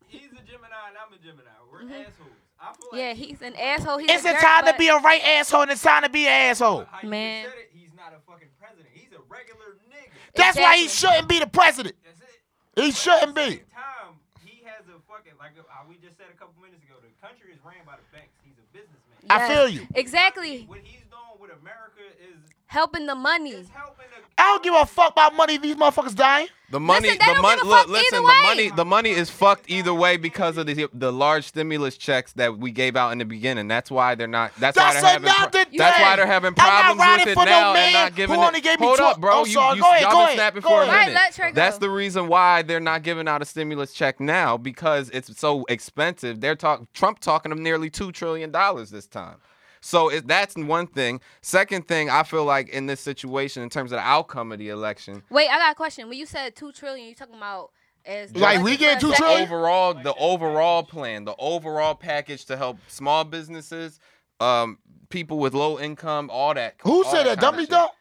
[SPEAKER 1] he's a Gemini and I'm a Gemini. We're assholes. I feel like
[SPEAKER 3] Mm-hmm. Yeah, he's an asshole. He's
[SPEAKER 2] It's
[SPEAKER 3] a
[SPEAKER 2] a
[SPEAKER 3] jerk,
[SPEAKER 2] time to
[SPEAKER 3] but-
[SPEAKER 2] be a right asshole and it's time to be an asshole.
[SPEAKER 1] How you
[SPEAKER 3] Man.
[SPEAKER 1] just said it, he's not a fucking president. He's a regular nigga.
[SPEAKER 2] That's why he
[SPEAKER 3] Exactly.
[SPEAKER 2] shouldn't be the president.
[SPEAKER 1] That's it.
[SPEAKER 2] He shouldn't be.
[SPEAKER 1] At the same time, he has a fucking like uh, we just said a couple minutes ago. The country is ran by the banks. He's a businessman.
[SPEAKER 2] I feel you.
[SPEAKER 3] Exactly.
[SPEAKER 1] What he's doing with America is
[SPEAKER 3] Helping the money.
[SPEAKER 1] is helping. The,
[SPEAKER 2] I don't give a fuck about money if these motherfuckers dying.
[SPEAKER 4] The money,
[SPEAKER 3] Listen,
[SPEAKER 4] the
[SPEAKER 3] they don't
[SPEAKER 4] money.
[SPEAKER 3] give a
[SPEAKER 4] Look,
[SPEAKER 3] fuck
[SPEAKER 4] listen. The
[SPEAKER 3] either way.
[SPEAKER 4] money, the money is fucked either way because of the the large stimulus checks that we gave out in the beginning. That's why they're not. That's, why
[SPEAKER 2] That's
[SPEAKER 4] they're having.
[SPEAKER 2] another thing.
[SPEAKER 4] That's why they're having
[SPEAKER 2] I'm not
[SPEAKER 4] problems
[SPEAKER 2] riding
[SPEAKER 4] with it
[SPEAKER 2] for no
[SPEAKER 4] now
[SPEAKER 2] man
[SPEAKER 4] and not giving
[SPEAKER 2] who
[SPEAKER 4] it.
[SPEAKER 2] only gave me
[SPEAKER 4] Hold up,
[SPEAKER 2] 12
[SPEAKER 4] bro.
[SPEAKER 2] I'm
[SPEAKER 4] you,
[SPEAKER 2] sorry.
[SPEAKER 4] you,
[SPEAKER 2] Go ahead,
[SPEAKER 4] y'all
[SPEAKER 2] go
[SPEAKER 4] been
[SPEAKER 2] ahead,
[SPEAKER 4] snapping
[SPEAKER 2] go
[SPEAKER 4] for a
[SPEAKER 2] ahead.
[SPEAKER 4] minute.
[SPEAKER 3] Right, let Trey
[SPEAKER 4] that's
[SPEAKER 3] go.
[SPEAKER 4] the reason why they're not giving out a stimulus check now because it's so expensive. They're talk Trump talking them nearly two trillion dollars this time. So it, that's one thing. Second thing, I feel like in this situation, in terms of the outcome of the election,
[SPEAKER 3] Wait, I got a question. When you said two trillion, you talking about as
[SPEAKER 2] Like, we get two
[SPEAKER 3] Second-
[SPEAKER 2] trillion?
[SPEAKER 4] overall the overall plan, the overall package to help small businesses, um, people with low income, all that.
[SPEAKER 2] Who
[SPEAKER 4] all
[SPEAKER 2] said
[SPEAKER 4] kind
[SPEAKER 2] that?
[SPEAKER 4] of
[SPEAKER 2] Dummy
[SPEAKER 4] shit.
[SPEAKER 2] Duck?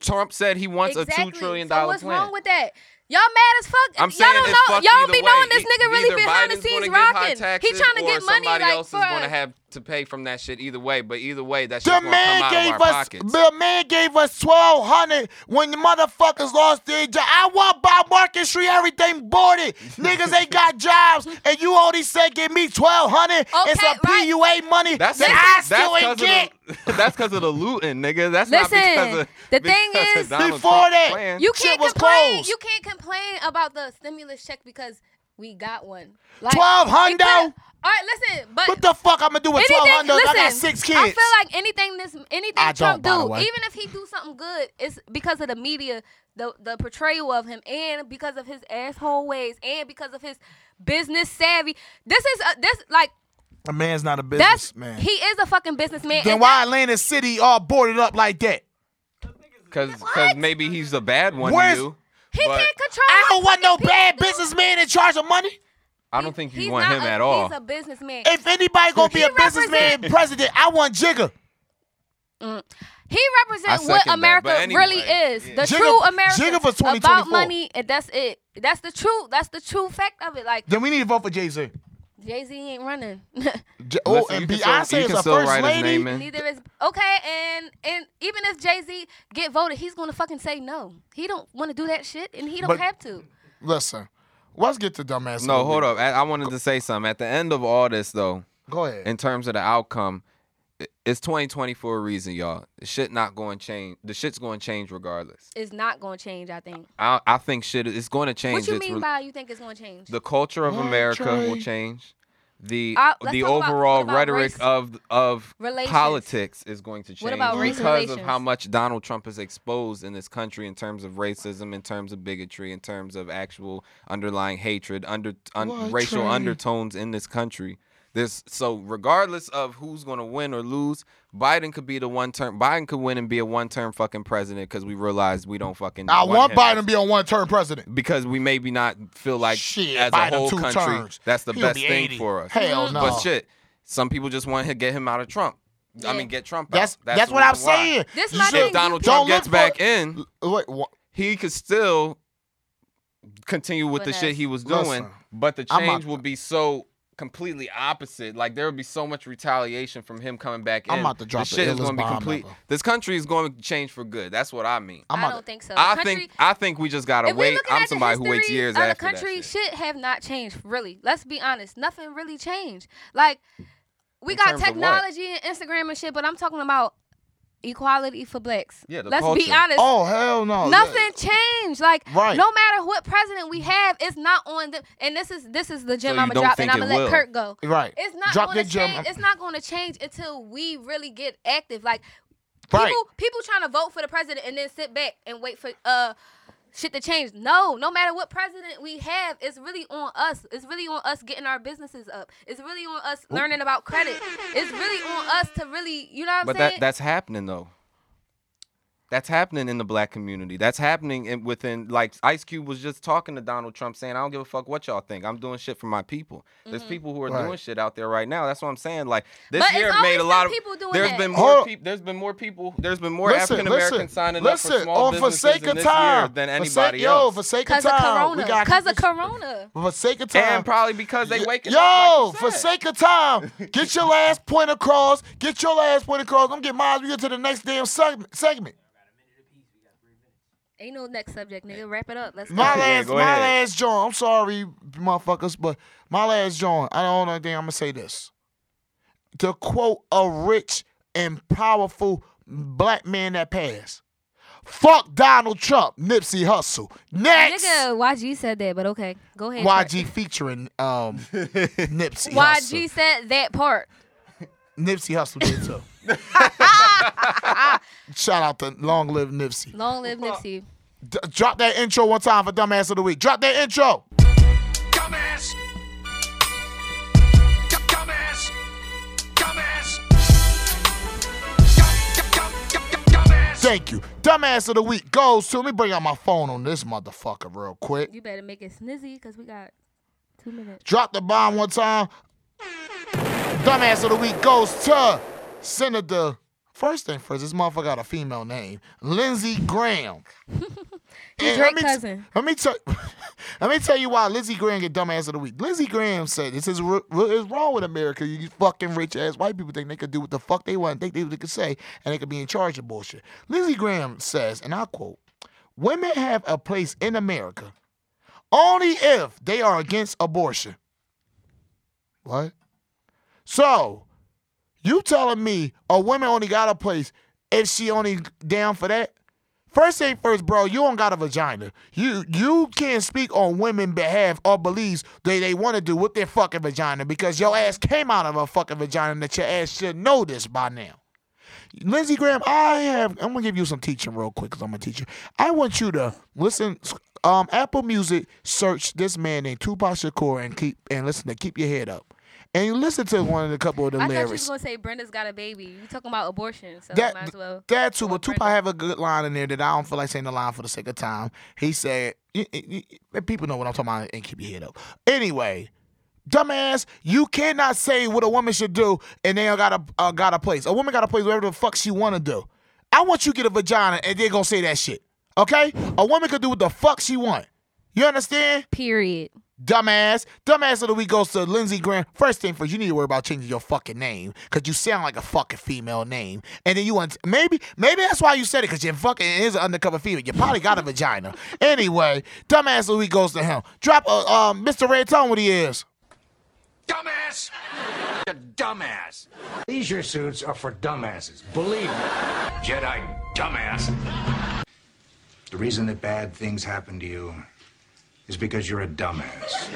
[SPEAKER 4] Trump said he wants a two trillion
[SPEAKER 3] so
[SPEAKER 4] dollar
[SPEAKER 3] what's
[SPEAKER 4] plan.
[SPEAKER 3] wrong with that? Y'all mad as fuck.
[SPEAKER 4] I'm
[SPEAKER 3] y'all
[SPEAKER 4] saying it's
[SPEAKER 3] don't know.
[SPEAKER 4] fuck
[SPEAKER 3] Y'all
[SPEAKER 4] either
[SPEAKER 3] don't be knowing
[SPEAKER 4] way.
[SPEAKER 3] this nigga
[SPEAKER 4] E-
[SPEAKER 3] really
[SPEAKER 4] either
[SPEAKER 3] behind
[SPEAKER 4] Biden's
[SPEAKER 3] the
[SPEAKER 4] gonna
[SPEAKER 3] scenes
[SPEAKER 4] give high
[SPEAKER 3] rocking.
[SPEAKER 4] taxes
[SPEAKER 3] he trying to
[SPEAKER 4] or
[SPEAKER 3] get money
[SPEAKER 4] Somebody
[SPEAKER 3] like
[SPEAKER 4] else
[SPEAKER 3] for
[SPEAKER 4] is gonna
[SPEAKER 3] us.
[SPEAKER 4] have to pay from that shit either way. But either way, that's
[SPEAKER 2] The
[SPEAKER 4] just gonna come
[SPEAKER 2] man
[SPEAKER 4] out
[SPEAKER 2] gave
[SPEAKER 4] of our
[SPEAKER 2] us
[SPEAKER 4] pockets.
[SPEAKER 2] the man gave us twelve hundred when the motherfuckers lost their job. I want by Market Street
[SPEAKER 4] (laughs)
[SPEAKER 2] everything boarded. Niggas ain't got jobs, and you only said give me twelve hundred. it's
[SPEAKER 3] Okay,
[SPEAKER 2] a
[SPEAKER 3] right.
[SPEAKER 2] PUA money
[SPEAKER 4] That's
[SPEAKER 2] that I
[SPEAKER 4] that's
[SPEAKER 2] still ain't
[SPEAKER 4] 'cause of
[SPEAKER 2] get.
[SPEAKER 4] The, (laughs) that's because of the looting, nigga. That's not because
[SPEAKER 3] Listen,
[SPEAKER 4] of
[SPEAKER 3] the thing
[SPEAKER 4] (laughs) because of
[SPEAKER 3] is-
[SPEAKER 4] Donald
[SPEAKER 2] Before
[SPEAKER 4] Trump's
[SPEAKER 2] that,
[SPEAKER 4] plan.
[SPEAKER 3] You
[SPEAKER 2] Shit
[SPEAKER 3] can't
[SPEAKER 2] was
[SPEAKER 3] complain.
[SPEAKER 2] closed.
[SPEAKER 3] You can't complain about the stimulus check because we got one. Like,
[SPEAKER 2] 1200?
[SPEAKER 3] it could've- All right, listen, but
[SPEAKER 2] What the fuck I'm gonna do with twelve
[SPEAKER 3] anything.
[SPEAKER 2] hundred? I
[SPEAKER 3] Listen,
[SPEAKER 2] got six kids.
[SPEAKER 3] I feel like anything this anything
[SPEAKER 2] I don't,
[SPEAKER 3] Trump
[SPEAKER 2] by the
[SPEAKER 3] do,
[SPEAKER 2] way.
[SPEAKER 3] even if he do something good, it's because of the media, the the portrayal of him, and because of his asshole ways, and because of his business savvy. This is a, this like
[SPEAKER 2] a man's not a
[SPEAKER 3] that's
[SPEAKER 2] businessman.
[SPEAKER 3] he is a fucking businessman.
[SPEAKER 2] Then
[SPEAKER 3] and
[SPEAKER 2] why Atlanta City all boarded up like that?
[SPEAKER 4] Cause,
[SPEAKER 3] What?
[SPEAKER 4] 'cause maybe he's a bad one
[SPEAKER 2] Where's-
[SPEAKER 4] to you.
[SPEAKER 3] that- He
[SPEAKER 4] but
[SPEAKER 3] can't control.
[SPEAKER 2] I don't
[SPEAKER 3] what
[SPEAKER 2] want no
[SPEAKER 3] fucking
[SPEAKER 2] bad
[SPEAKER 3] people do.
[SPEAKER 2] businessman in charge of money.
[SPEAKER 4] I don't think you
[SPEAKER 3] He's
[SPEAKER 4] want
[SPEAKER 3] not
[SPEAKER 4] him
[SPEAKER 3] a-
[SPEAKER 4] at all.
[SPEAKER 3] He's a businessman.
[SPEAKER 2] If anybody gonna be
[SPEAKER 3] He
[SPEAKER 2] a businessman
[SPEAKER 3] represent-
[SPEAKER 2] president, I want Jigga.
[SPEAKER 3] He
[SPEAKER 4] I
[SPEAKER 3] represents
[SPEAKER 4] second
[SPEAKER 3] what
[SPEAKER 4] that,
[SPEAKER 3] America
[SPEAKER 4] but anyway,
[SPEAKER 3] really is.
[SPEAKER 4] yeah.
[SPEAKER 3] The
[SPEAKER 2] Jigga-
[SPEAKER 3] true America
[SPEAKER 2] Jigga for 2024.
[SPEAKER 3] about money, and that's it. That's the truth. That's the true fact of it. Like
[SPEAKER 2] Then we need to vote for Jay Z.
[SPEAKER 3] Jay Z ain't running. (laughs)
[SPEAKER 4] Mm-hmm.
[SPEAKER 2] J- oh,
[SPEAKER 4] Listen,
[SPEAKER 2] and
[SPEAKER 4] you can
[SPEAKER 2] Beyonce
[SPEAKER 4] still, you
[SPEAKER 2] is
[SPEAKER 4] can
[SPEAKER 2] a
[SPEAKER 4] still
[SPEAKER 2] first
[SPEAKER 4] write his
[SPEAKER 2] lady.
[SPEAKER 4] name in.
[SPEAKER 3] Neither is okay. And and even if Jay Z get voted, he's gonna fucking say no. He don't want to do that shit, and he don't
[SPEAKER 2] But-
[SPEAKER 3] have to.
[SPEAKER 2] Listen, let's get to dumbass.
[SPEAKER 4] No, hold up. I, I wanted to say something. At the end of all this, though,
[SPEAKER 2] Go ahead.
[SPEAKER 4] in terms of the outcome, i- it's 2020 for a reason, y'all. The shit not going to change. The shit's going to change regardless.
[SPEAKER 3] It's not gonna change. I think.
[SPEAKER 4] I, I think shit is going to change.
[SPEAKER 3] What you
[SPEAKER 4] It's
[SPEAKER 3] mean
[SPEAKER 4] re-
[SPEAKER 3] by you think it's gonna change?
[SPEAKER 4] the culture of
[SPEAKER 2] What,
[SPEAKER 4] America will
[SPEAKER 2] Trey?
[SPEAKER 4] change. the
[SPEAKER 3] Uh, let's
[SPEAKER 4] the
[SPEAKER 3] talk about-
[SPEAKER 4] overall
[SPEAKER 3] what about
[SPEAKER 4] rhetoric
[SPEAKER 3] race
[SPEAKER 4] of of
[SPEAKER 3] Relations.
[SPEAKER 4] politics is going to change
[SPEAKER 3] about race
[SPEAKER 4] because of
[SPEAKER 3] relations?
[SPEAKER 4] how much Donald Trump is exposed in this country in terms of racism, in terms of bigotry, in terms of actual underlying hatred, under un,
[SPEAKER 2] What
[SPEAKER 4] racial
[SPEAKER 2] train?
[SPEAKER 4] undertones in this country. This so regardless of who's going to win or lose, Biden could be the one term. Biden could win and be a one term fucking president because we realize we don't fucking.
[SPEAKER 2] I want
[SPEAKER 4] him
[SPEAKER 2] Biden to be on one term president.
[SPEAKER 4] because we maybe not feel like
[SPEAKER 2] Shit,
[SPEAKER 4] as
[SPEAKER 2] Biden
[SPEAKER 4] a whole
[SPEAKER 2] two
[SPEAKER 4] country
[SPEAKER 2] terms.
[SPEAKER 4] that's the
[SPEAKER 2] He'll
[SPEAKER 4] best
[SPEAKER 2] be
[SPEAKER 4] thing
[SPEAKER 2] 80.
[SPEAKER 4] for us.
[SPEAKER 2] Hell no.
[SPEAKER 4] Mm. But shit, some people just want to get him out of Trump. I
[SPEAKER 3] Yeah.
[SPEAKER 4] mean, get Trump
[SPEAKER 2] That's
[SPEAKER 4] out.
[SPEAKER 2] that's,
[SPEAKER 4] the
[SPEAKER 2] what I'm
[SPEAKER 4] reason why.
[SPEAKER 2] saying.
[SPEAKER 3] This
[SPEAKER 2] You
[SPEAKER 3] my
[SPEAKER 2] should-
[SPEAKER 3] thing.
[SPEAKER 4] If
[SPEAKER 3] you
[SPEAKER 4] Donald
[SPEAKER 2] don't
[SPEAKER 4] Trump gets
[SPEAKER 2] look
[SPEAKER 4] back
[SPEAKER 2] for-
[SPEAKER 4] in,
[SPEAKER 2] Wait, wha-
[SPEAKER 4] he could still continue with the shit
[SPEAKER 3] Finesse.
[SPEAKER 4] he was doing,
[SPEAKER 2] Listen,
[SPEAKER 4] but the
[SPEAKER 2] I'm not-
[SPEAKER 4] change will be so completely opposite. Like there would be so much retaliation from him coming back in.
[SPEAKER 2] I'm about to drop
[SPEAKER 4] this
[SPEAKER 2] the
[SPEAKER 4] shit is
[SPEAKER 2] illest
[SPEAKER 4] gonna be
[SPEAKER 2] bomb
[SPEAKER 4] complete.
[SPEAKER 2] ever.
[SPEAKER 4] This country is going to change for good. That's what I mean.
[SPEAKER 2] I'm
[SPEAKER 3] I
[SPEAKER 2] about
[SPEAKER 3] don't
[SPEAKER 2] to-
[SPEAKER 3] think so. The
[SPEAKER 4] I
[SPEAKER 3] country-
[SPEAKER 4] think I think we just gotta
[SPEAKER 3] if we
[SPEAKER 4] wait.
[SPEAKER 3] looking
[SPEAKER 4] I'm
[SPEAKER 3] at the
[SPEAKER 4] somebody who waits
[SPEAKER 3] history
[SPEAKER 4] years
[SPEAKER 3] of
[SPEAKER 4] after
[SPEAKER 3] the country,
[SPEAKER 4] that shit.
[SPEAKER 3] shit. have not changed really. Let's be honest, nothing really changed. Like we
[SPEAKER 4] In
[SPEAKER 3] got
[SPEAKER 4] terms of what?
[SPEAKER 3] technology and Instagram and shit, but I'm talking about equality for blacks.
[SPEAKER 4] Yeah, the
[SPEAKER 3] Let's be
[SPEAKER 4] culture.
[SPEAKER 3] honest.
[SPEAKER 2] Oh hell no.
[SPEAKER 3] Nothing changed. Like
[SPEAKER 2] Right.
[SPEAKER 3] no matter what president we have, it's not on the. And this is this is the gym
[SPEAKER 4] you
[SPEAKER 3] I'ma
[SPEAKER 4] don't
[SPEAKER 3] drop,
[SPEAKER 4] think
[SPEAKER 3] and I'ma
[SPEAKER 4] it
[SPEAKER 3] let
[SPEAKER 4] will?
[SPEAKER 3] Kurt go.
[SPEAKER 2] Right.
[SPEAKER 3] It's not
[SPEAKER 2] Drop
[SPEAKER 3] going
[SPEAKER 2] that
[SPEAKER 3] to
[SPEAKER 2] gem.
[SPEAKER 3] change. It's not going to change until we really get active. Like
[SPEAKER 2] Right.
[SPEAKER 3] people, people trying to vote for the president and then sit back and wait for uh shit to change. No, no matter what president we have, it's really on us. It's really on us getting our businesses up. It's really on us learning about credit. It's really on us to really, you know what I'm
[SPEAKER 4] But
[SPEAKER 3] saying?
[SPEAKER 4] that that's happening though. That's happening in the black community. That's happening in, within like Ice Cube was just talking to Donald Trump saying, "I don't give a fuck what y'all think. I'm doing shit for my people." There's people who are
[SPEAKER 2] Right.
[SPEAKER 4] doing shit out there right now. That's what I'm saying. Like this
[SPEAKER 3] Mm-hmm. But it's
[SPEAKER 4] year
[SPEAKER 3] always
[SPEAKER 4] made a
[SPEAKER 3] been
[SPEAKER 4] lot of
[SPEAKER 3] people doing
[SPEAKER 4] There's
[SPEAKER 3] that.
[SPEAKER 4] been more
[SPEAKER 2] Hold-
[SPEAKER 4] people. There's been more people. There's been more
[SPEAKER 2] Listen,
[SPEAKER 4] African Americans
[SPEAKER 2] listen,
[SPEAKER 4] signing up for
[SPEAKER 2] listen,
[SPEAKER 4] small
[SPEAKER 2] on for
[SPEAKER 4] businesses
[SPEAKER 2] sake
[SPEAKER 4] in
[SPEAKER 2] of
[SPEAKER 4] this year
[SPEAKER 2] time,
[SPEAKER 4] than
[SPEAKER 2] for sake-
[SPEAKER 4] anybody
[SPEAKER 2] yo,
[SPEAKER 4] else.
[SPEAKER 2] for sake of
[SPEAKER 3] Cause of
[SPEAKER 2] time, we
[SPEAKER 3] Corona.
[SPEAKER 2] got
[SPEAKER 3] Cause of Corona.
[SPEAKER 2] for sake of time.
[SPEAKER 4] and probably because they waking
[SPEAKER 2] Yo,
[SPEAKER 4] up.
[SPEAKER 2] for sake of time, get your last point across. Get your last point across. I'm getting mine. We get to the next damn
[SPEAKER 4] (laughs)
[SPEAKER 2] segment. segment.
[SPEAKER 3] Ain't no next subject, nigga. Wrap it up. Let's go.
[SPEAKER 2] My
[SPEAKER 4] Yeah,
[SPEAKER 2] last,
[SPEAKER 4] go
[SPEAKER 2] my
[SPEAKER 4] ahead.
[SPEAKER 2] last joint. I'm sorry, motherfuckers, but my last joint. I don't know anything. I'm gonna say this. To quote a rich and powerful black man that passed. Fuck Donald Trump, Nipsey Hussle. Next,
[SPEAKER 3] Nigga, YG said that, but okay. Go ahead. Kurt.
[SPEAKER 2] YG featuring
[SPEAKER 4] (laughs)
[SPEAKER 2] um Nipsey.
[SPEAKER 3] YG
[SPEAKER 2] Hussle.
[SPEAKER 3] said that part.
[SPEAKER 2] Nipsey Hussle did too. Shout out to Long Live Nipsey.
[SPEAKER 3] Long live Nipsey.
[SPEAKER 2] D- drop that intro one time for Dumbass of the Week. Drop that intro.
[SPEAKER 5] Dumbass. Dum- Dumbass. Dumbass. Dum- dum- dum- dum- Dumbass.
[SPEAKER 2] Thank you. Dumbass of the Week goes to. Let me bring out my phone on this motherfucker real quick.
[SPEAKER 3] You better make it snizzy because we got two minutes.
[SPEAKER 2] Drop the bomb one time. Dumbass of the Week goes to Senator. First thing first, this motherfucker got a female name, Lindsey Graham. And
[SPEAKER 3] Drake
[SPEAKER 2] let me t-
[SPEAKER 3] cousin.
[SPEAKER 2] let me tell (laughs) let me tell you why Lindsey Graham get dumbass of the week. Lindsey Graham said this is r- is wrong with America. You fucking rich ass white people think they could do what the fuck they want, think they, they could say, and they could be in charge of bullshit. Lindsey Graham says, and I quote: "Women have a place in America only if they are against abortion." What? So you telling me a woman only got a place if she only down for that? First thing first, bro, you don't got a vagina. You you can't speak on women behalf or beliefs that they want to do with their fucking vagina because your ass came out of a fucking vagina that your ass should know this by now. Lindsey Graham, I have I'm gonna give you some teaching real quick because I'm a teacher. I want you to listen um Apple Music, search this man named Tupac Shakur and keep and listen to keep your head up. And you listen to one of the couple of the
[SPEAKER 3] I thought you was
[SPEAKER 2] lyrics.
[SPEAKER 3] gonna say Brenda's got a baby. You talking about abortion, so
[SPEAKER 2] That-
[SPEAKER 3] might as well.
[SPEAKER 2] That too,
[SPEAKER 3] go
[SPEAKER 2] but
[SPEAKER 3] with Brenda.
[SPEAKER 2] Tupac have a good line in there that I don't feel like saying the line for the sake of time. He said, y- y- y- "People know what I'm talking about and keep your head up." Anyway, dumbass, you cannot say what a woman should do and they don't got a uh, got a place. A woman got a place whatever the fuck she want to do. I want you to get a vagina and they're gonna say that shit. Okay, a woman could do what the fuck she want. You understand?
[SPEAKER 3] Period.
[SPEAKER 2] Dumbass. Dumbass of the week goes to Lindsey Graham. First thing first, you need to worry about changing your fucking name because you sound like a fucking female name. And then you want maybe maybe that's why you said it because you fucking is an undercover female. You probably got a vagina. Anyway, dumbass of the week goes to him. Drop uh, um Mr. Red Tone what he is.
[SPEAKER 5] Dumbass. You dumbass. Leisure suits are for dumbasses. Believe me. Jedi dumbass. The reason that bad things happen to you is because you're a dumbass.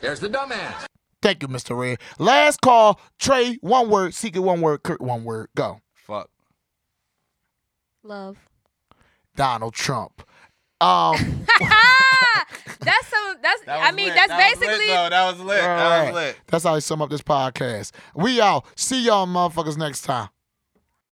[SPEAKER 5] There's the dumbass.
[SPEAKER 2] Thank you, Mr. Red. Last call, Trey, one word, secret, one word, Kurt, one word, go.
[SPEAKER 4] Fuck.
[SPEAKER 3] Love.
[SPEAKER 2] Donald Trump. Um,
[SPEAKER 3] (laughs) that's some. That's. I mean, that's basically.
[SPEAKER 4] that was lit.
[SPEAKER 2] all right. That's how I sum up this podcast. We out. See y'all motherfuckers next time.